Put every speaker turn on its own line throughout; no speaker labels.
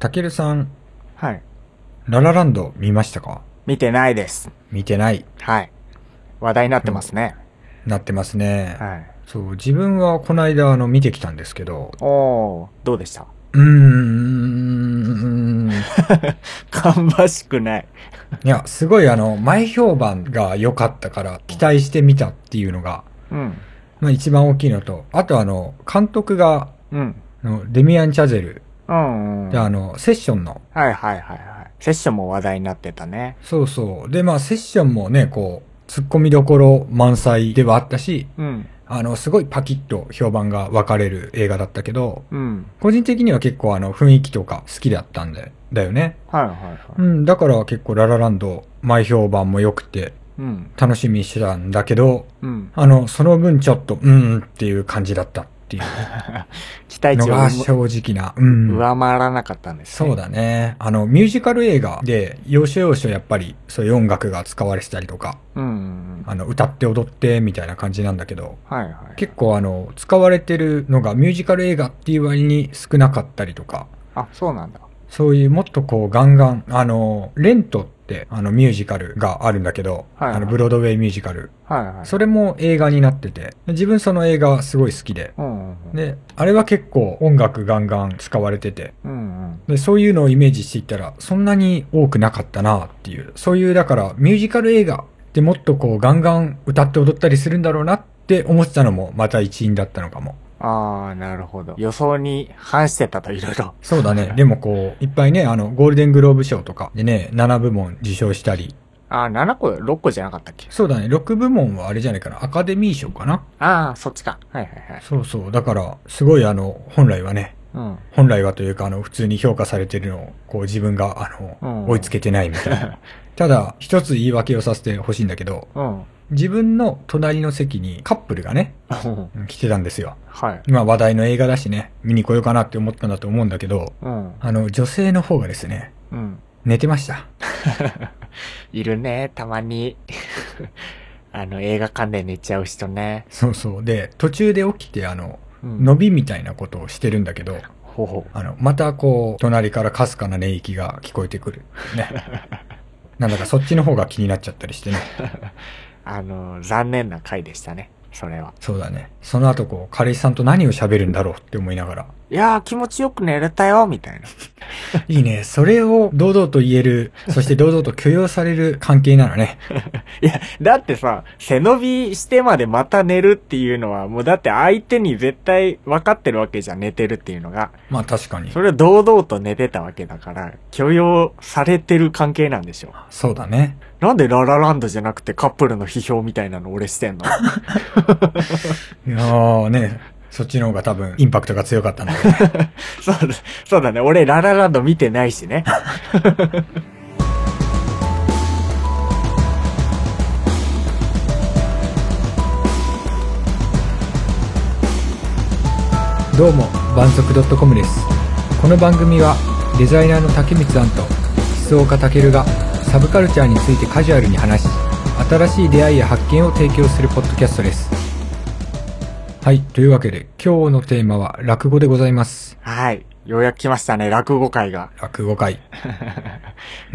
たけるさん、
はい。
ララランド見ましたか
見てないです。
見てない。
はい。話題になってますね。
なってますね。
はい。
そう、自分はこの間、あの、見てきたんですけど、
おー、どうでした
うー ん、
芳しくない。
いや、すごいあの、前評判が良かったから、期待してみたっていうのが、
うん。
まあ一番大きいのと、あとあの、監督が、
うん。
あのデミアン・チャゼル、
うん、うん。
であの、セッションの、
はいはいはいはい。セッションも話題になってたね。
そうそう。で、まあ、セッションもね、こう、突っ込みどころ満載ではあったし、
うん。
あの、すごいパキッと評判が分かれる映画だったけど、
うん。
個人的には結構あの、雰囲気とか好きだったんで、だよね。
はいはいはい。
うん、だから結構ララランド、前評判も良くて、
うん。
楽しみにしてたんだけど、
うん。
あの、その分ちょっと、うーんっていう感じだったっていう
期待
の
値
が
を
正直な、うん。
上回らなかったんです、ね。
そう。だね。あの、ミュージカル映画で、要所要所やっぱり、そういう音楽が使われてたりとか、
うんうんうん。
あの、歌って踊ってみたいな感じなんだけど、
はいはい。
結構あの、使われてるのがミュージカル映画っていう割に少なかったりとか、
あ、そうなんだ。
そういうもっとこうガンガン、あの、レントってあのミュージカルがあるんだけど、
はいはい
あの、ブロードウェイミュージカル。
はいはい。
それも映画になってて、自分その映画すごい好きで、
うんうんうん。
で、あれは結構音楽ガンガン使われてて、
うんうん。
で、そういうのをイメージしていったら、そんなに多くなかったなっていう。そういう、だから、ミュージカル映画ってもっとこう、ガンガン歌って踊ったりするんだろうなって思ってたのも、また一因だったのかも。
あー、なるほど。予想に反してたといろいろ。
そうだね。でもこう、いっぱいね、あの、ゴールデングローブ賞とかでね、7部門受賞したり。
あー、7個、6個じゃなかったっけ
そうだね、6部門はあれじゃないかな。アカデミー賞かな。
あー、そっちか。はいはいはい。
そうそう。だから、すごいあの、本来はね、
うん。
本来はというか、あの、普通に評価されてるのを、こう、自分が、あの、
うん
追いつけてないみたい な。ただ、一つ言い訳をさせてほしいんだけど、
うん。
自分の隣の席にカップルがね、うん来てたんですよ。
はい。
まあ話題の映画だしね、見に来ようかなって思ったんだと思うんだけど、
うん。
あの、女性の方がですね、
うん。
寝てました。
いるね、たまに。 あの、映画館で寝ちゃう人ね。
そうそう。で、途中で起きて、あの、
うん
伸びみたいなことをしてるんだけど、
ほほ。
あの、またこう、隣からかすかな寝息が聞こえてくる。 ね。なんだかそっちの方が気になっちゃったりしてね。
あの、残念な回でしたね。それは。
そうだね。その後こう、彼氏さんと何を喋るんだろうって思いながら。
いやー、気持ちよく寝れたよ、みたいな。
いいね。それを堂々と言える、そして堂々と許容される関係なのね。
いや、だってさ、背伸びしてまでまた寝るっていうのは、もうだって相手に絶対分かってるわけじゃん、寝てるっていうのが。
まあ確かに。
それを堂々と寝てたわけだから、許容されてる関係なんでしょ。
そうだね。
なんでララランドじゃなくてカップルの批評みたいなの俺してんの
いやーね、そっちの方が多分インパクトが強かったんだろうね。
そうだ、そうだね。俺ララランド見てないしね。
どうも、万足 .com です。この番組はデザイナーの竹光さんと思想家たけるがサブカルチャーについてカジュアルに話し、新しい出会いや発見を提供するポッドキャストです。はい、というわけで今日のテーマは落語でございます。
はい。ようやく来ましたね、落語会が。
落語会。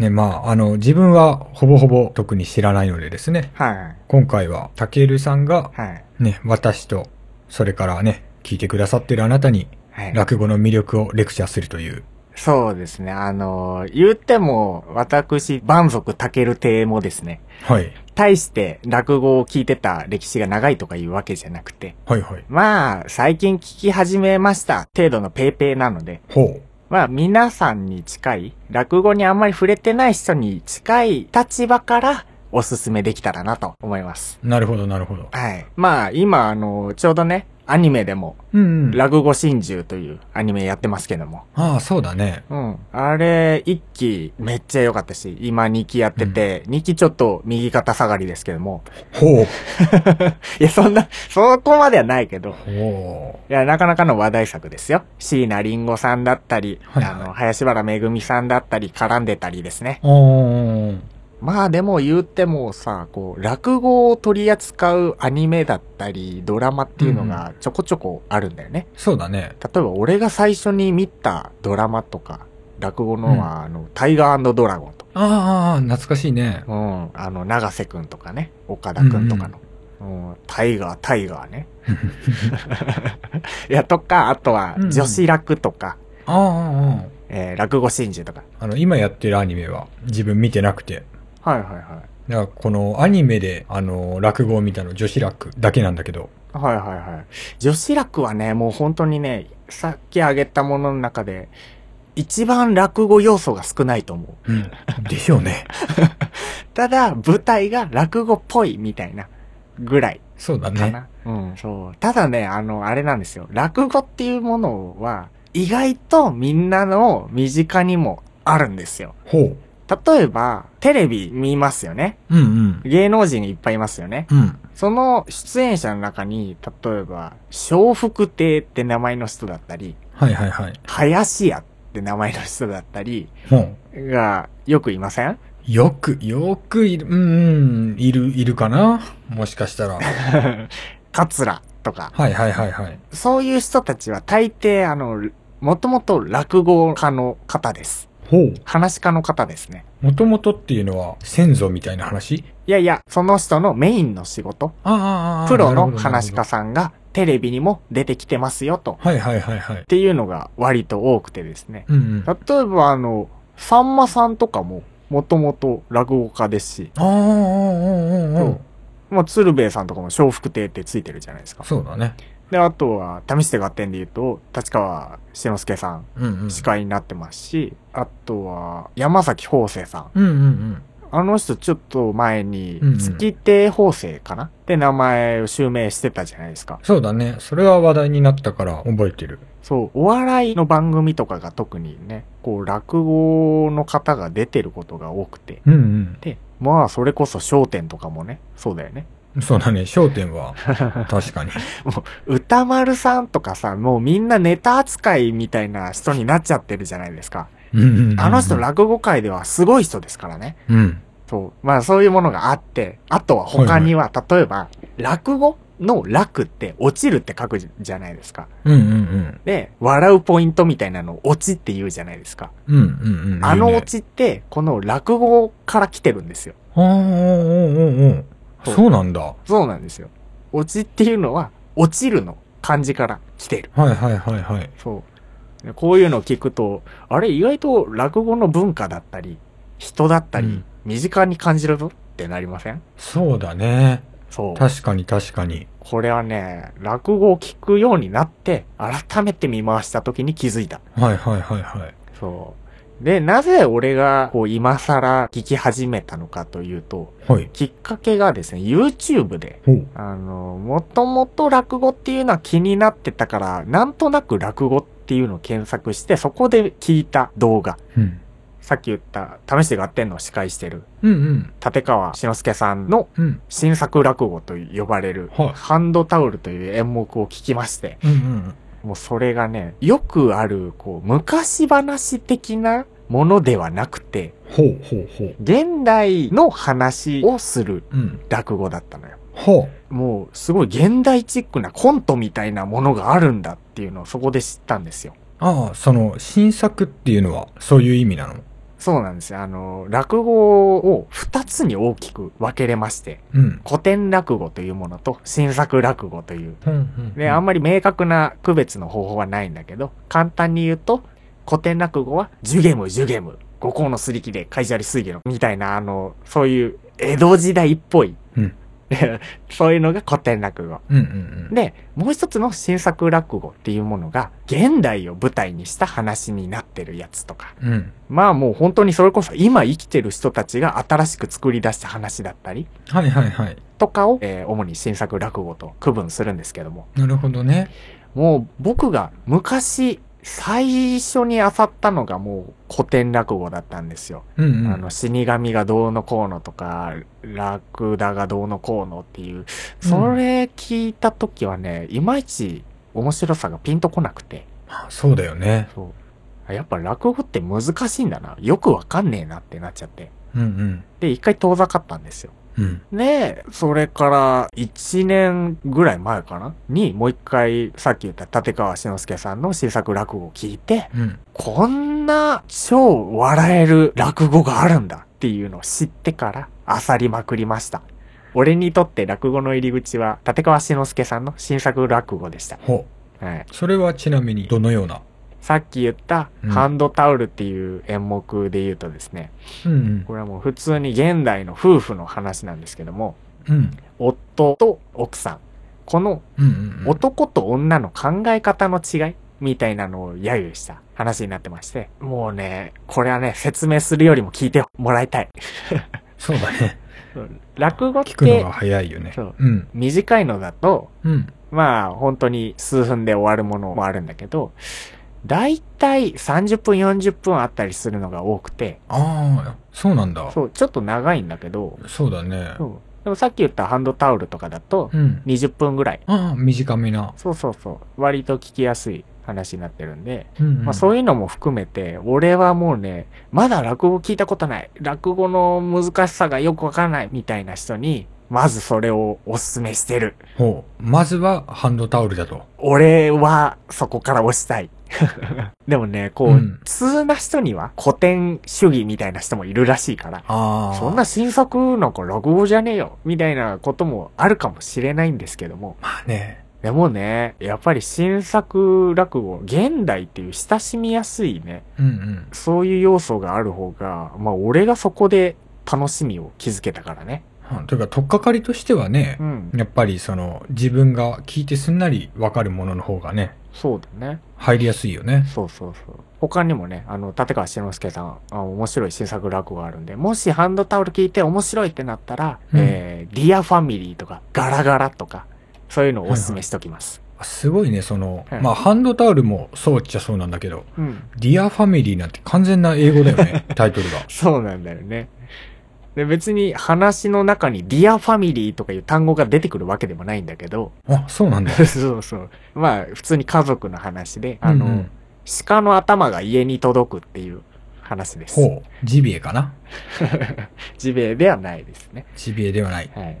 ね、まあ、あの、自分はほぼほぼ特に知らないのでですね、
はい。
今回はたけるさんが
はい。
ね、私と、それからね、聞いてくださってるあなたに、
はい、
落語の魅力をレクチャーするという。
そうですね。あのー言っても、私、万族たける亭もですね、
はい。
対して落語を聞いてた歴史が長いとかいうわけじゃなくて、
はいはい。
まあ、最近聞き始めました程度のペーペーなので、
ほ
まあ、皆さんに近い、落語にあんまり触れてない人に近い立場からおすすめできたらなと思います。
う。なるほど、なるほど。
はい。まあ、今、あの、ちょうどね、アニメでも、
うん、うん。
落語真珠というアニメやってますけども。
ああ、そうだね。
うん。あれ、一期めっちゃ良かったし、今二期やってて、二期ちょっと右肩下がりですけども。
ほう。
いや、そんな、そこまではないけど。
ほ
いや、なかなかの話題作ですよ。椎名林檎さんだったり、
はいはい
あの、林原めぐみさんだったり、絡んでたりですね。
う。おー。
まあでも言ってもさ、こう、落語を取り扱うアニメだったり、ドラマっていうのがちょこちょこあるんだよね。
そうだね。
例えば俺が最初に見たドラマとか、落語のは、あの、タイガードラゴンと。
ああああ、懐かしい ね。
うん。あの、長瀬くんとかね、岡田くんとかの。うんタイガー、タイガーね。いや、とか、あとは
うんう、ん
女子落とか、
あああああ
えー落語真珠とか。
あ。あの、今やってるアニメは自分見てなくて。
はいはいはい。
だからこのアニメで、あの、落語を見たの女子落だけなんだけど。
はいはいはい。女子落はね、もう本当にね、さっき挙げたものの中で、一番落語要素が少ないと思う。
うん。でしょうね。
ただ、舞台が落語っぽいみたいなぐらい
そうだ
か
ね。
な。うん、そう。ただね、あの、あれなんですよ。落語っていうものは、意外とみんなの身近にもあるんですよ。
ほう。
例えば、テレビ見ますよね。
うんうん。
芸能人いっぱいいますよね。
うん。
その出演者の中に、例えば、笑福亭って名前の人だったり、
はいはいはい。
林家って名前の人だったり、
ほう。
が、よくいま せん
よく、よくいる、うん、うん、いる、いるかなもしかしたら。は
桂とか、
いはいはいはい。
そういう人たちは大抵、あの、もともと落語家の方です。
ほう。
話し家の方ですね。
もともとっていうのは、先祖みたいな話
いやいや、その人のメインの仕事、
ああああ
プロの話し家
す。
さんがテレビにも出てきてますよと、っ
はいはいはいはい。
ていうのが割と多くてですね。
うんうん。
例えばあの、さんまさんとかも、もともと落語家ですし、
ああ、うんうんうんうん。
まあ、鶴瓶さんとかも笑福亭ってついてるじゃないですか。
そうだね。
で、あとは、試して合点で言うと、立川志の輔さん、
うんうん。
司会になってますし、あとは、山崎邦生さん。
うんうんうん。
あの人ちょっと前に
うんう、ん
月亭法生かなって名前を襲名してたじゃないですか。
そうだね。それは話題になったから覚えてる。
そう、お笑いの番組とかが特にね、こう落語の方が出てることが多くて。
うん
で、まあそれこそ笑点とかもね、そうだよね。
うん。そうだね。焦点 は、確かに。
歌丸さんとかさ、もうみんなネタ扱いみたいな人になっちゃってるじゃないですか。
うんうんうんうん。
あの人落語界ではすごい人ですからね。
うん。
そう。まあそういうものがあって、あとは他には、例えば、落語の落って落ちるって書くじゃないですか。
うんうんうん。
で、笑うポイントみたいなのを落ちって言うじゃないですか。
うんうんうん。
あの
いい
オ
ね
チって、この落語から来てるんですよ。
ああ、うんうんうん。
そう
そうなんだ。は
そうなんですよ。オチっていうのは、落ちるの漢字から来てる。
いはいはいはい。
そう。こういうのを聞くと、あれ意外と落語の文化だったり、人だったり、
うん
身近に感じるぞってなりません
そうだね。
そう。
確かに確かに。
これはね、落語を聞くようになって、改めて見回した時に気づいた。
はいはいはいはい。
そう。で、なぜ俺が、こう、今更聞き始めたのかというと、
はい。
きっかけがですね、YouTube で、
ほう。
あの、もともと落語っていうのは気になってたから、なんとなく落語っていうのを検索して、そこで聞いた動画。
うん。
さっき言った、試して合点の司会してる、
うんうん。
立川志の輔さんの
うん。
新作落語と呼ばれる、
はい
ハンドタオルという演目を聞きまして、
うんうん。
もうそれがね、よくある、こう、昔話的なものではなくて、
ほうほうほう。
現代の話をする
うん。
落語だったのよ。
ほ
もう、すごい現代チックなコントみたいなものがあるんだっていうのをそこで知ったんですよ。
う。ああ、その、新作っていうのは、そういう意味なの
そうなんですよ。あの、落語を二つに大きく分けれまして、
うん。
古典落語というものと新作落語という。
うんうん。
で、あんまり明確な区別の方法はないんだけど、簡単に言うと、古典落語は、ジュゲム、ジュゲム、五行のすり切れ、カイジャリ水魚の、みたいな、あの、そういう、江戸時代っぽい。
うん
そういうのが古典落語。
うんうん
で、もう一つの新作落語っていうものが、現代を舞台にした話になってるやつとか。
うん。うん。
まあもう本当にそれこそ今生きてる人たちが新しく作り出した話だったり、
はいはいはい。
とかを、えー主に新作落語と区分するんですけども。
なるほどね。
もう僕が昔、最初に漁ったのがもう古典落語だったんですよ。
うんうん。
あの、死神がどうのこうのとか、ラクダがどうのこうのっていう、それ聞いた時はね、いまいち面白さがピンとこなくて、
あそうだよね。
そうあやっぱ落語って難しいんだな。よくわかんねえなってなっちゃって。
うん
で、一回遠ざかったんですよ。
うん。うん。
で、それから1年ぐらい前かなに、もう一回、さっき言った立川志の輔さんの新作落語を聞いて、
うん。
こんな超笑える落語があるんだっていうのを知ってから、あさりまくりました。俺にとって落語の入り口は、立川志の輔さんの新作落語でした。
ほ
はい。
う。それはちなみに、どのような
さっき言った、
うん
ハンドタオルっていう演目で言うとですね、
うん
これはもう普通に現代の夫婦の話なんですけども、
うん。うん。
夫と奥さん。この
うんうんうん。
男と女の考え方の違いみたいなのを揶揄した話になってまして。もうね、これはね、説明するよりも聞いてもらいたい。
そうだね。
落語っ
聞くの
て
が早いよね。
そう
うん。
短いのだと、
うん。
まあ本当に数分で終わるものもあるんだけど、だいたい30分40分あったりするのが多くて、
ああ、そうなんだ。そ
そう、ちょっと長いんだけど、
うだね。
そうでもさっき言ったハンドタオルとかだと
うん。
20分ぐらい。
ああ、短めな。
そうそうそう。割と聞きやすい話になってるんで、
うん、うん。
まあそう
いう。
いうのも含めて、俺はもうね、まだ落語聞いたことない。落語の難しさがよくわからないみたいな人に、まずそれをおすすめしてる。
ほう。まずは、ハンドタオルだと。
俺はそこから推し たい。でもね、こう、
うん
普通な人には古典主義みたいな人もいるらしいから、
ああ。
そんな。新作なんか落語じゃねえよ、みたいなこともあるかもしれないんですけども、
まあね。
でもね、やっぱり新作落語、現代っていう親しみやすいね、
うんうん。
そういう要素がある方が、まあ俺がそこで楽しみを築けたからね。
うんというか、とっかかりとしてはね
う、ん。
やっぱりその、自分が聞いてすんなりわかるものの方がね、
そうだね。
入りやすいよね。
そうそうそう。他にもね、あの、立川志の輔さん、あ面白い新作落語があるんで、もしハンドタオル聞いて面白いってなったら、
うん
えー、ディアファミリーとか、ガラガラとか、そういうのをおすすめしときます。
すごいね、その、
はい
まあ、ハンドタオルもそうっちゃそうなんだけど、
うん。
ディアファミリーなんて完全な英語だよ ね、タイトルが。
そうなんだよね。で、別に話の中にディアファミリーとかいう単語が出てくるわけでもないんだ けど、
あ、そうなんだ。
そうそう。まあ、普通に家族の話で、あの、
うんうん
鹿の頭が家に届くっていう話です。
ほう。ジビエかな
ジビエではないですね。
ジビエではない。
はい。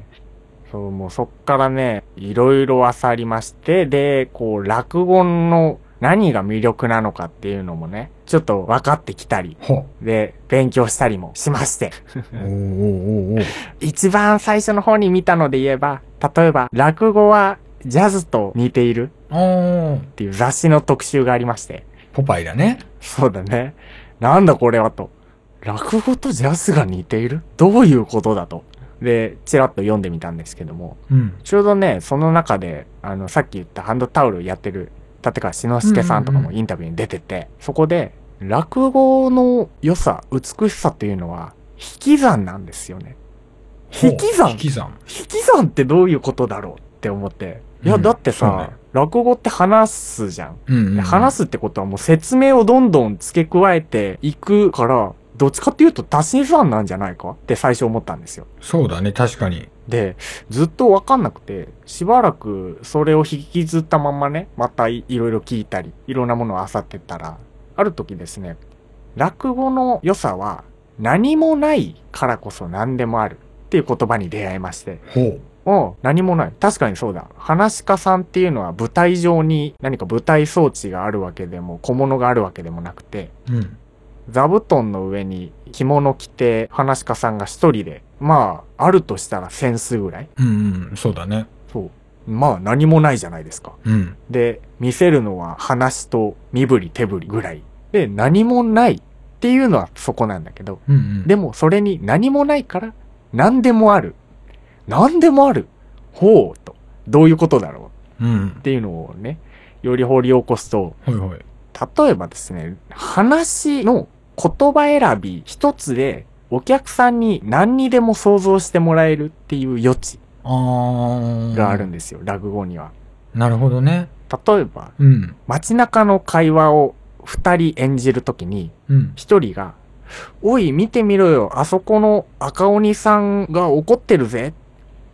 そう、もうそっからね、いろいろ漁りまして、で、こう、落語の何が魅力なのかっていうのもね、ちょっと分かってきたり、
ほ
で、勉強したりもしまして。
う。おーおーおーおー
一番最初の方に見たので言えば、例えば、落語はジャズと似ている
あー
っていう雑誌の特集がありまして。
ポパイだね。
そうだね。なんだこれはと。落語とジャズが似ているどういうことだと。で、ちらっと読んでみたんですけども、
うん。
ちょうどね、その中で、あの、さっき言ったハンドタオルやってる立川志の輔さんとか
うんう
も
ん
インタビューに出てて、そこで、落語の良さ、美しさっていうのは、引き算なんですよね。
ほう
引き算
引き算。
引き算ってどういうことだろうって思って。いや、
うん
だって
そう
さ、
ね
落語って話すじゃん。
うん、うん。
話すってことはもう説明をどんどん付け加えていくから、どっちかっていうと足し算なんじゃないかって最初思ったんですよ。
そうだね、確かに。
で、ずっとわかんなくて、しばらくそれを引きずったまんまね、またいいろいろ聞いたり、いろんなものを漁ってったら、ある時ですね、落語の良さは何もないからこそ何でもあるっていう言葉に出会いまして、
ほう。
うん、何もない。確かにそうだ。話し家さんっていうのは舞台上に何か舞台装置があるわけでも、小物があるわけでもなくて、
うん。
座布団の上に着物着て、話し家さんが一人で、まあ、あるとしたら扇子ぐらい
うん、うん、そうだね。
そう。まあ、何もないじゃないですか。
うん。
で、見せるのは話と身振り手振りぐらい。で、何もないっていうのはそこなんだけど、
うん、うん。
でもそれに何もないから何でもある。何でもある。ほうと。どういうことだろう
うん
っ。ていうのをね、より掘り起こすと、
はいはい。
例えばですね、話の言葉選び一つでお客さんに何にでも想像してもらえるっていう余地
あー。
があるんですよ、落語には。
なるほどね。
例えば、
うん。
街中の会話を二人演じるときに、
うん。
一人が、おい、見てみろよ、あそこの赤鬼さんが怒ってるぜ。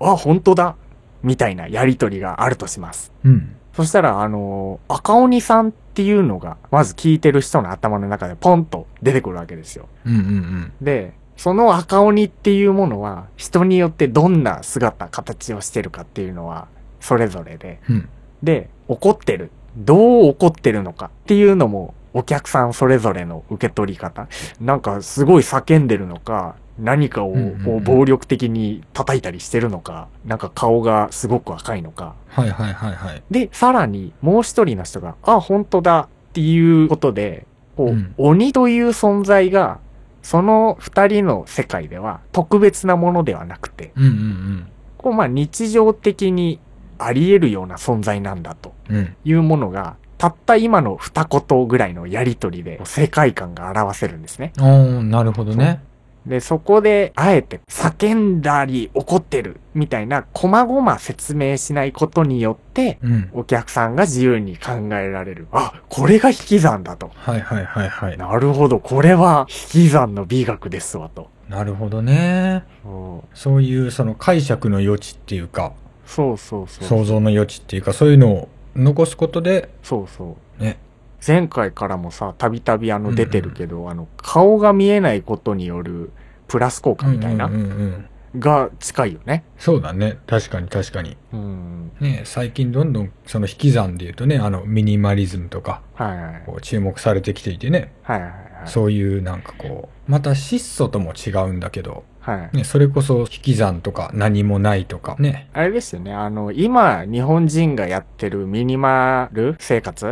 あ、本当だ。みたいなやりとりがあるとします。
うん。
そしたら、あのー赤鬼さんっていうのが、まず聞いてる人の頭の中でポンと出てくるわけですよ。
うんうんうん。
で、その赤鬼っていうものは、人によってどんな姿、形をしてるかっていうのは、それぞれで。
うん。
で、怒ってる。どう怒ってるのかっていうのも、お客さんそれぞれの受け取り方。なんか、すごい叫んでるのか、何かを
うんうんうん
こう暴力的に叩いたりしてるのか、なんか顔がすごく赤いのか。
はいはいはいはい。
で、さらに、もう一人の人が、あ、本当だっていうことで、こう、
うん
鬼という存在が、その二人の世界では特別なものではなくて、
うんうん
こう、まあ日常的にあり得るような存在なんだと
うん。うん。
いうものが、たった今の二言ぐらいのやりとりで世界観が表せるんですね。
おー、なるほどね。
で、そこで、あえて、叫んだり怒ってるみたいな、細々説明しないことによって、
うん。
お客さんが自由に考えられる。あ、これが引き算だと。
はいはいはいはい。
なるほど、これは引き算の美学ですわと。
なるほどね。
うん
そういうその解釈の余地っていうか、
そうそうそう。そう
想像の余地っていうか、そういうのを残すことで、
そう
ね。
前回からもさ、たびたびあ
うんう
の
ん
出てるけど、あの、顔が見えないことによるプラス効果みたいな、
うんうんうん。
が近いよね。
そうだね。確かに確かに。
うん。
ね最近どんどんその引き算で言うとね、あの、ミニマリズムとか、
はいはいはい。
こう注目されてきていてね、
はいはいはい。
そういうなんかこう、また質素とも違うんだけど、
はい。
ね、それこそ引き算とか何もないとか、ね。
あれですよね。あの、今、日本人がやってるミニマル生活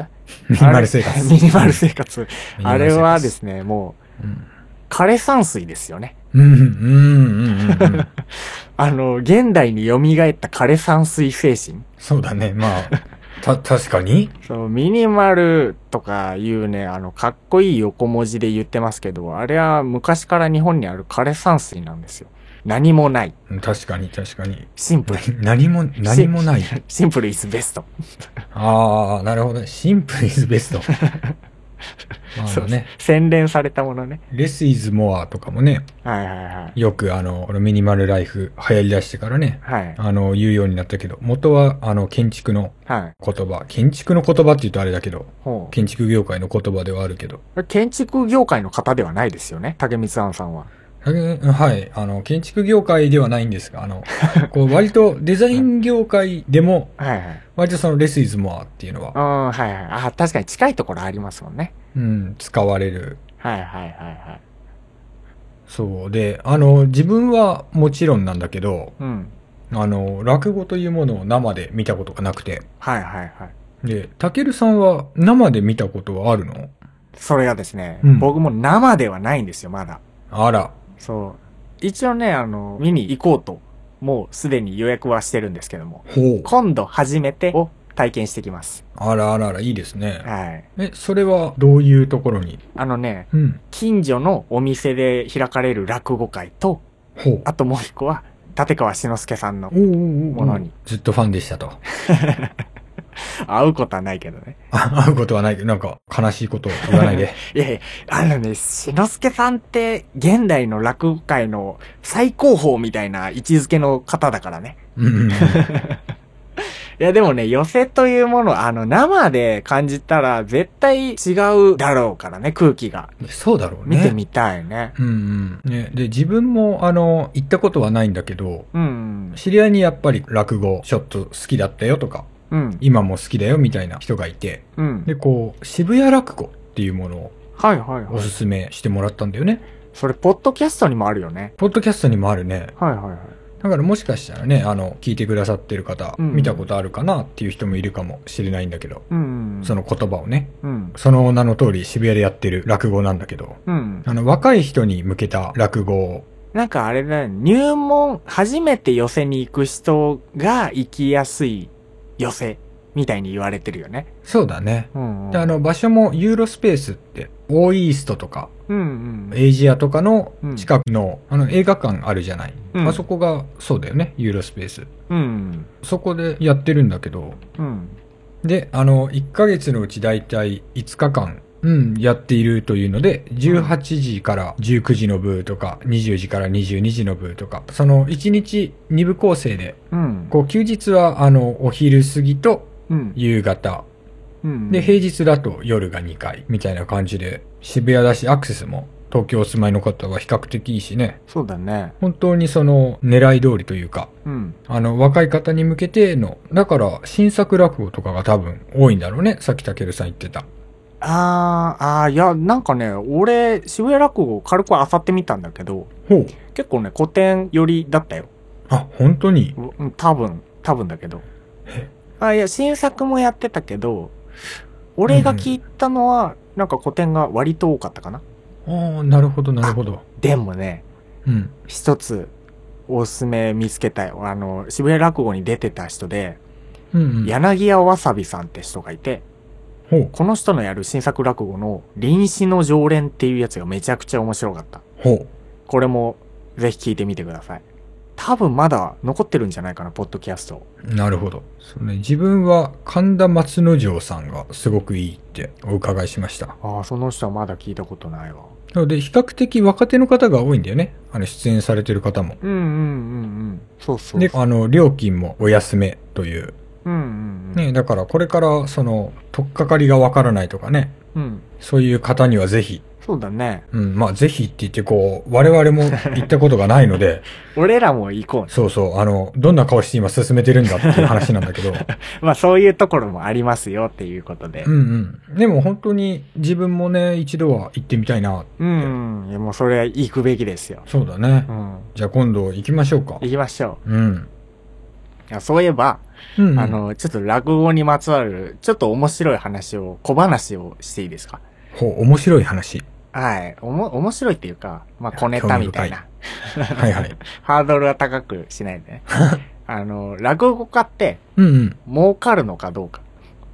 ミニマル生
あ
活。
れ ミニマル生活。
ミニマ
あ
ル生
れ
活
はですね、もう、枯山水ですよね。
うん、うん、うん、うんうんうん。
あの、現代に蘇った枯山水精神。
そうだね。まあ、た、確かに。
そのミニマルとかいうね、あの、かっこいい横文字で言ってますけど、あれは昔から日本にある枯山水なんですよ。何もない。
確かに、確かに。
シンプ ル。
何も、何もない。
シンプルイズベスト。
ああ、なるほどね。シンプル is best。あのね、
洗練されたものね。
less is more とかもね、
はいはいはい。
よくあの、このミニマルライフ流行り出してからね、
はい。
あの、言うようになったけど、元はあの、建築の
はい。
言葉、建築の言葉って言うとあれだけど、
ほ
建築業界の言葉ではあるけど、
う。建築業界の方ではないですよね。竹光庵さんは。
うんはい、あの、建築業界ではないんですが、あの、こう割とデザイン業界でも、
はいはい。
割とその less is more っていうの
う
は、
ん、はいはい。あ、確かに近いところありますもんね。
うん、使われる
はいはいはいはい。
そうで、あの、自分はもちろんなんだけど、
うん。
あの、落語というものを生で見たことがなくて。
はいはいはい。
で、たけるさんは生で見たことはあるの
それがですね、
うん
僕も生ではないんですよ、まだ。
あら。
そう。一応ね、あの、見に行こうと、もうすでに予約はしてるんですけども、
ほう。
今度初めてを体験してきます。
あらあらあら、いいですね。
はい。
え、それはどういうところに
あのね、
うん。
近所のお店で開かれる落語会と、
ほう。
あともう一個は、立川志の輔さんの
おうおうお
も
うお
の
う
に
ずっとファンでしたと。
会うことはないけどね。
あ会うことはないけど、なんか悲しいことを言わないで。
いやいや、あのね、志の輔さんって、現代の落語界の最高峰みたいな位置づけの方だからね。
うんうんうん。
いやでもね、寄せというもの、あの、生で感じたら絶対違うだろうからね、空気が。
そうだろうね。
見てみたいね。
うんうん。ね、で、自分も、あの、行ったことはないんだけど、
うん。
知り合いにやっぱり落語ちょっと好きだったよとか、
うん。
今も好きだよみたいな人がいて、
うん。
で、こう、渋谷落語っていうものを
はいはい
お
はい。
すすめしてもらったんだよね。
それ、ポッドキャストにもあるよね。
ポッドキャストにもあるね。
はいはいはい。
だからもしかしたらね、あの、聞いてくださってる方、
うん
見たことあるかなっていう人もいるかもしれないんだけど、
うん。
その言葉をね、
うん。
その名の通り渋谷でやってる落語なんだけど、
うん。
あの、若い人に向けた落語を、
なんかあれだよね、入門、初めて寄せに行く人が行きやすい寄せ、みたいに言われてるよね。
そうだね。
うん、うん。
であ、の、場所もユーロスペースって、オーイーストとか、
うんうん。
エイジアとかの近くの,、あの映画館あるじゃない、
うん
あそこがそうだよねユーロスペース
うん。
そこでやってるんだけど
うん。
であの1ヶ月のうちだいたい5日間、うん、やっているというので18時から19時の部とか20時から22時の部とかその1日2部構成で
うん。
こう休日はあのお昼過ぎと
うん。
夕方
うん。
で平日だと夜が2回みたいな感じで渋谷だしアクセスも東京お住まいの方は比較的いいしね、
そうだね。
本当にその狙い通りというか、
うん。
あの、若い方に向けての、だから新作落語とかが多分多いんだろうね、さっきたけるさん言ってた。
あー、あーいや、なんかね、俺、渋谷落語を軽く漁ってみたんだけど、
ほう。
結構ね、古典寄りだったよ。
あ、本当に
ううん、多分、多分だけど。あ、いや、新作もやってたけど、俺が聞いたのは、なんか古典が割と多かったかな。
ああ、なるほど、なるほど。
でもね、
うん。
一つ、おすすめ見つけたい。あの、渋谷落語に出てた人で、
うん、うん。
柳屋わさびさんって人がいて、
ほう。
この人のやる新作落語の臨死の常連っていうやつがめちゃくちゃ面白かった。
ほう。
これもぜひ聞いてみてください。多分まだ残ってるんじゃないかな、ポッドキャスト。
なるほど。そうね、自分は神田松之丞さんがすごくいいってお伺いしました。
ああ、その人はまだ聞いたことないわ。
なので、比較的若手の方が多いんだよね。あの、出演されてる方も。
うんうんうんうん。そうそう。
で、あの、料金もお安めという。
うんうんうん。
ね、だからこれから、その、とっかかりがわからないとかね。
うん。
そういう方にはぜひ、
そうだね。
うん、まあぜひって言ってこう、我々も行ったことがないので、
俺らも行こうね。
そうそう、あの、どんな顔して今進めてるんだっていう話なんだ けど、
まあそういうところもありますよっていうことで
う。んうん。でも本当に自分もね、一度は行ってみたいな。
うん、うん。いやもうそれは行くべきですよ。
そうだね
う。ん。
じゃあ今度行きましょうか。
行きましょ
うん。
う。いやそういえば、
うん、うん。
あ、の、ちょっと落語にまつわる、ちょっと面白い話を、小話をしていいですか
ほう、面白い 話。
はい。おも、面白いっていうか、まあ、小ネタみたいな。
はいはい。
ハードルは高くしない でね。あの、落語家って、
うんうん。
儲かるのかどうか。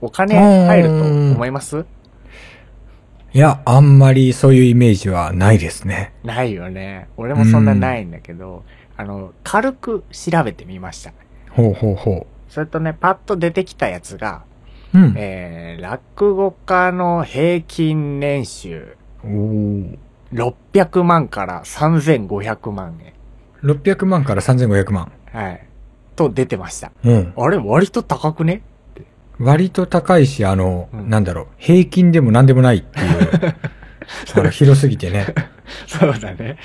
お金入ると思います
いや、あんまりそういうイメージはないですね。
ないよね。俺もそんなないんだけど、あの、軽く調べてみました。
ほうほうほ
それとね、パッと出てきたやつが、
う。うん。
えー、落語家の平均年収
おー
600万から3500万円。
600万から3500万。
はい。と出てました。
うん。
あれ、割と高 くね
割と高いし、あの、
うん
なんだろう、平均でも何でもないって いう。あの広すぎてね。
そうだね。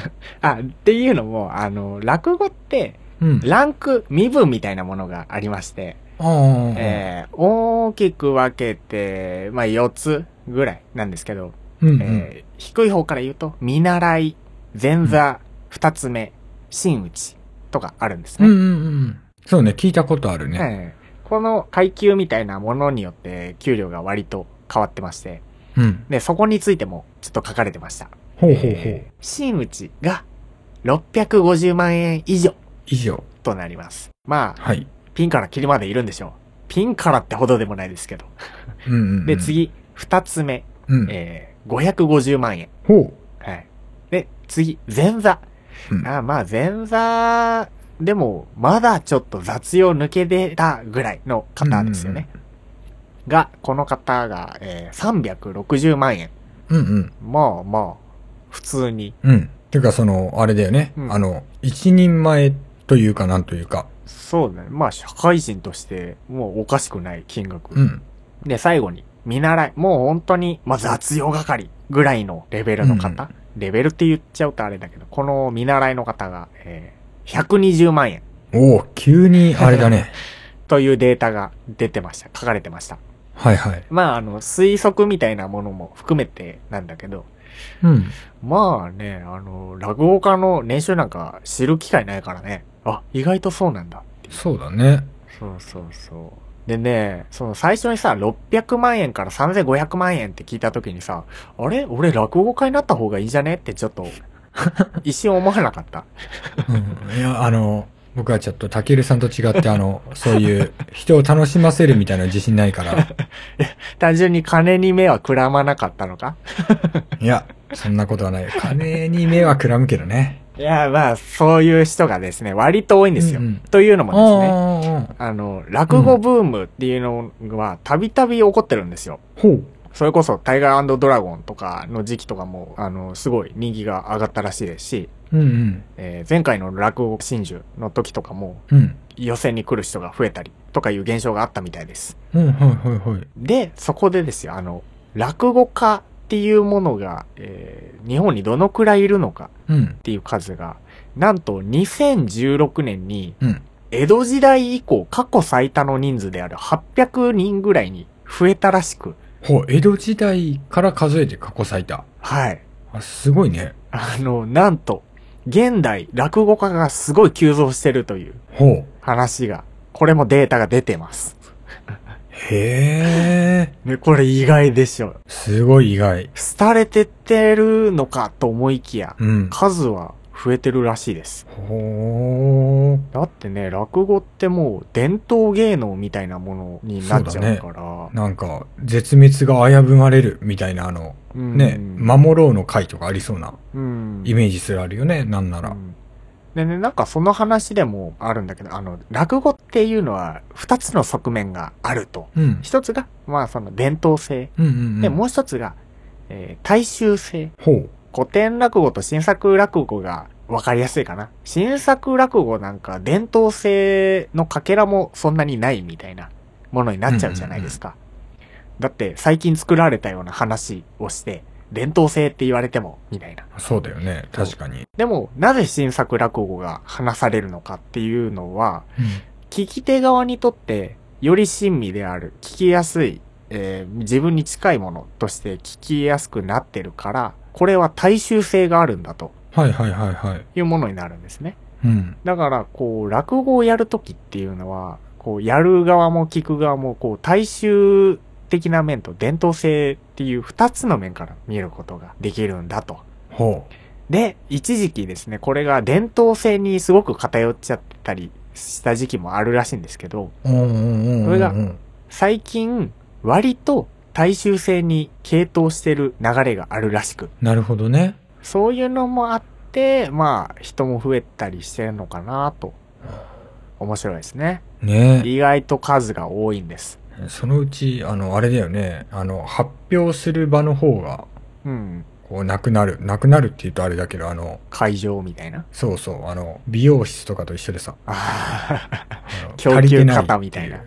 あ、っていうのも、あの、落語って、
うん。
ランク、身分みたいなものがありまして、
あー
えー大きく分けて、まあ、4つぐらいなんですけど、
うんうん、
えー低い方から言うと、見習い、前座、二つ目、真打ちとかあるんです
う
ね。
んうんうん。そうね、聞いたことあるね。
えーこの階級みたいなものによって、給料が割と変わってまして、
うん。
で、そこについてもちょっと書かれてました。
ほうほうほう
え。ー真打ちが650万円以上
以上。
となります。まあ、
はい。
ピンからキリまでいるんでしょう。ピンからってほどでもないですけど。
うんうん、うん。
で、。次、二つ目、
うん。
えー、550万円。
ほ
はい。で、次、前座。
う。うん、
あまあ、前座、でも、まだちょっと雑用抜け出たぐらいの方ですよね。が、この方が、えー、360万円。
うんうん。
まあまあ、普通に。
うん。てか、その、あれだよね。
うん
あの、一人前というか、なんというか。
そうだね。まあ、社会人として、もうおかしくない金額。
うん。
で、最後に、見習い。もう本当に、まあ、雑用係ぐらいのレベルの方、レベルって言っちゃうとあれだけど、この見習いの方が、えー、120万円
おお急に、あれだ ね。
というデータが出てました。書かれてました。
はいはい。
まあ、あの、推測みたいなものも含めてなんだけど、
うん。
まあね、あの、落語家の年収なんか知る機会ないからね。あ、意外とそうなんだ。
そうだね。
そうそうそう。でね、その最初にさ、600万円から3500万円って聞いた時にさ、あれ俺落語家になった方がいいんじゃねってちょっと、 一瞬思わなかった。
うん。いや、あの、僕はちょっと、たけるさんと違って、あ の、そういう、人を楽しませるみたいな自信ないから。
単純に金に目はくらまなかったのか
いや、そんなことはない。金に目はくらむけどね。
いや、まあ、そういう人がですね、割と多いんですよ。
うんうん
というのもですね、
あーあー、あー
あの、落語ブームっていうのは、たびたび起こってるんですよ。
ほう。
それこそ、タイガードラゴンとかの時期とかも、あの、すごい人気が上がったらしいですし、
うんうん。
えー前回の落語真珠の時とかも
うん。
予選に来る人が増えたりとかいう現象があったみたいです。
うん、はいはいはい。
で、そこでですよ、あの、落語家っていうものが、えー日本にどのくらいいるのか
うん
っ。ていう数が、なんと2016年に
うん。
江戸時代以降過去最多の人数である800人ぐらいに増えたらしく、
ほう、江戸時代から数えて過去最多。
はい。
あ、すごいね。
あの、なんと、現代落語家がすごい急増してるという
ほう。
話が、これもデータが出てます。
へえ。
ね、これ意外でしょ。
すごい意外。
廃れてってるのかと思いきや、
うん。
数は増えてるらしいです。
ほう。
だってね、落語ってもう伝統芸能みたいなものになっちゃうから。
なんか、絶滅が危ぶまれるみたいな、あの、
うん
ね、守ろうの会とかありそうな
うん。
イメージすらあるよね、なんな
う
ら。
んでね、なんかその話でもあるんだけど、あの、落語っていうのは二つの側面があると。
うん。
一つが、まあその伝統性。
うんうん
で、
うん。
もう一つが、えー大衆性。
ほう。
古典落語と新作落語が分かりやすいかな。新作落語なんか伝統性のかけらもそんなにないみたいなものになっちゃうじゃないですか。だって最近作られたような話をして、伝統性って言われても、みたいな。
そうだよね、確かに。
でも、なぜ新作落語が話されるのかっていうのは、
うん
聞き手側にとって、より親身である、聞きやすい、えー自分に近いものとして聞きやすくなってるから、これは大衆性があるんだと
はいはいはいはい。
いうものになるんですね。
うん。
だから、こう、落語をやるときっていうのは、こう、やる側も聞く側も、こう、大衆的な面と伝統性っていう二つの面から見ることができるんだと。
ほ
で、一時期ですね、これが伝統性にすごく偏っちゃったりした時期もあるらしいんですけど、
う。うんうんうんうんうん。
それが最近、割と大衆性に傾倒してる流れがあるらしく、
なるほどね。
そういうのもあって、まあ、人も増えたりしてるのかなと。面白いですね。
ね
意外と数が多いんです。
そのうち、あの、あれだよね、あの、発表する場の方が、
うん。
こう、なくなる。なくなるって言うとあれだけど、あの、
会場みたいな。
そうそう、あの、美容室とかと一緒でさ、
あ
あの
供給過多
足りてってう
み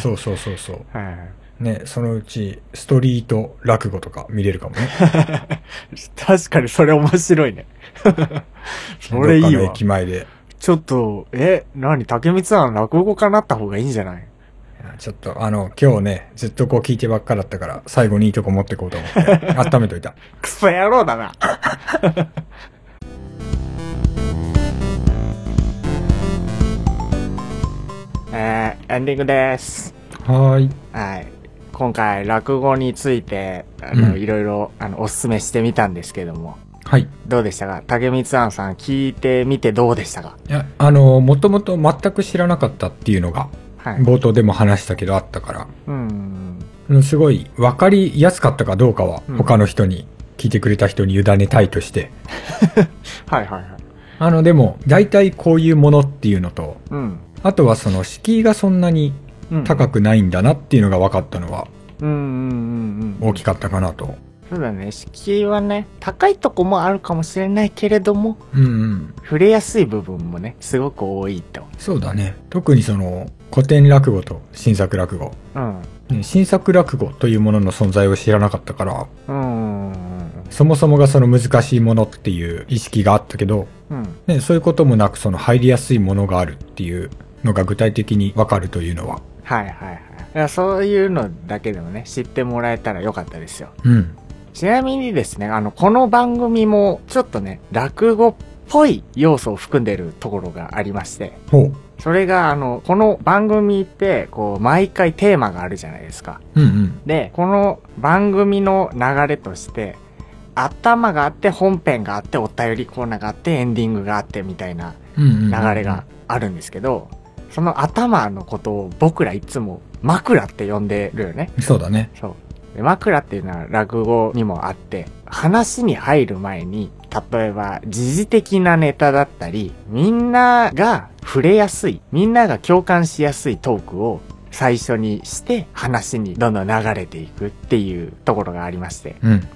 そうそうそうそう。
ーはい
ね、そのうち、ストリート落語とか見れるかもね。
確かにそれ面白いね。 それいい
どっかの
わ。
駅前で。
ちょっと、え、何竹光さん落語家になった方がいいんじゃない
ちょっと、あの、今日ね、ずっとこう聞いてばっかだったから、最後にいいとこ持ってこうと思って、 温めといた。
クソ野郎だな。 えー、エンディングです。
はーい。
はい。今回、落語について、あの、
うん
いろいろ、あの、おすすめしてみたんですけども、
はい。
どうでしたか竹光庵さん、聞いてみてどうでしたか
いや、あの、もともと全く知らなかったっていうのが、
はい。
冒頭でも話したけどあったから、
うん。
うんすごい分かりやすかったかどうかは
うん、
他の人に、聞いてくれた人に委ねたいとして、
はいはいはい。
あの、でも、大体こういうものっていうのと、
うん。
あとはその敷居がそんなに
うん
高くないんだなっていうのが分かったのは
うんうんうんうん。
大きかったかなと。
そうだね。敷居はね、高いとこもあるかもしれないけれども、
うんうん。
触れやすい部分もね、すごく多いと。
そうだね。特にその古典落語と新作落語。
うん。
ね新作落語というものの存在を知らなかったから、
うん。
そもそもがその難しいものっていう意識があったけど、
うん。
ね、そういうこともなくその入りやすいものがあるっていうのが具体的に分かるというのは。
はいはいはい。いやそういうのだけでもね、知ってもらえたらよかったですよ。
うん。
ちなみにですね、あの、この番組も、ちょっとね、落語っぽい要素を含んでるところがありまして、
ほう。
それが、あの、この番組って、こう、毎回テーマがあるじゃないですか。
うんうん。
で、この番組の流れとして、頭があって、本編があって、お便りコーナーがあって、エンディングがあって、みたいな
うんうんうん、
流れが。あるんですけど、その頭のことを僕らいつも枕って呼んでるよね。
そうだね。
そう。で枕っていうのは落語にもあって、話に入る前に、例えば時事的なネタだったり、みんなが触れやすい、みんなが共感しやすいトークを最初にして話にどんどん流れていくっていうところがありまして、
うん。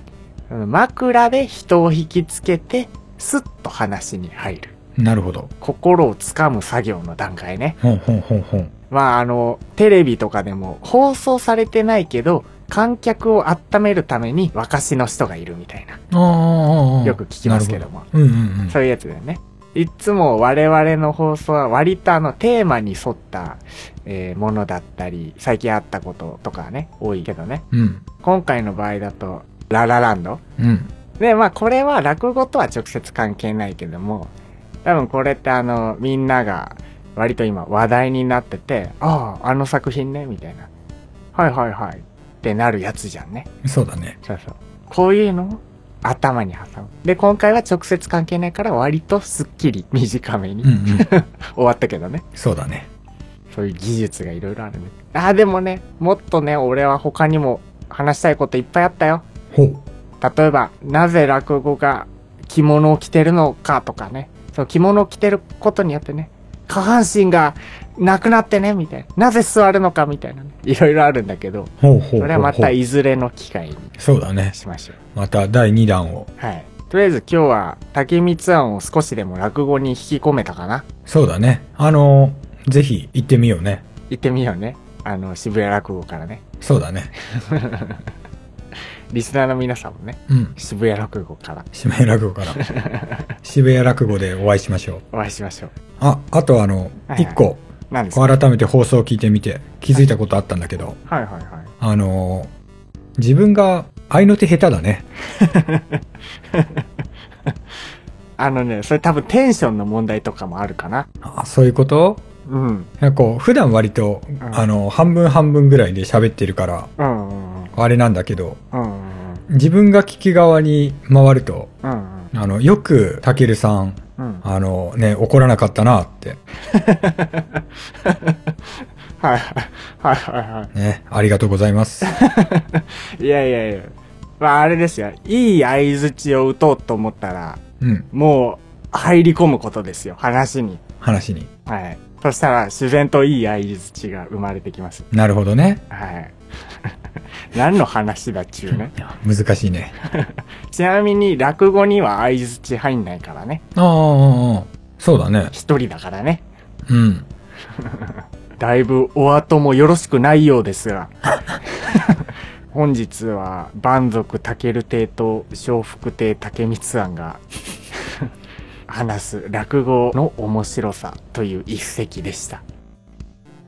枕で人を引きつけて、スッと話に入る。
なるほど。
心をつかむ作業の段階ね。
ほんほんほんほん。
まああの、テレビとかでも放送されてないけど、観客を温めるために若しの人がいるみたいな。
ああああ
よく聞きますけども。
うんうんうん
そういうやつだよね。いつも我々の放送は割とあのテーマに沿った、えーものだったり、最近あったこととかね、多いけどね。
うん
今回の場合だと、ララランド。
うん
で、まあこれは落語とは直接関係ないけども、多分これってあの、みんなが割と今話題になってて、ああ、あの作品ね、みたいな。はいはいはい。ってなるやつじゃんね。
そうだね
そうそう。こういうのを頭に挟む。で、今回は直接関係ないから割とすっきり短めに、
うんうん
終わったけどね。
そうだね
そういう技術がいろいろあるね。ああ、でもね、もっとね、俺は他にも話したいこといっぱいあったよ。
ほう
例えば、なぜ落語が着物を着てるのかとかね。その着物を着てることによってね、下半身がなくなってね、みたいな。なぜ座るのかみたいなね。いろいろあるんだけど、
ほうほうほうほう
それはまたいずれの機会に
そうだね
しましょう。
また第2弾を
はい。とりあえず今日は竹光庵を少しでも落語に引き込めたかな
そうだねあのーぜひ行ってみようね
行ってみようね。あの、渋谷落語からね。
そうだね
リスナーの皆さんもね、
うん
渋谷落語から
渋谷落語から 渋谷落語でお会いしましょう
お会いしましょう。
ああとあの
はいはい
1個
何ですか
改めて放送を聞いてみて気づいたことあったんだけど
はいはいはい。
あのー自分が愛の手下手だね
あのね、それ多分テンションの問題とかもあるかな。
あそういうこと
うん。
なんかこう普段割と、
ん
あの半分半分ぐらいで喋ってるから
うんうんうん。
あれなんだけど
うんうんうん。
自分が聞き側に回ると
うんうん
あのよくたけるさん
うん。
あのね怒らなかったなって
はいはいはいはいは
ねありがとうございます
い。いやいやいや。まああれですよ。いい相づちを打とうと思ったら、
うん
もう入り込むことですよ。話に。
話に
はい。そしたら自然といい相づちが生まれてきます。
なるほどね
はい。何の話だっちゅうね。
難しいね
ちなみに落語には相づち入んないからね。
ああああそうだね
一人だからね。
うん
だいぶお後もよろしくないようですが。本日は、蛮族竹る亭と笑福亭竹光庵が話す落語の面白さという一席でした。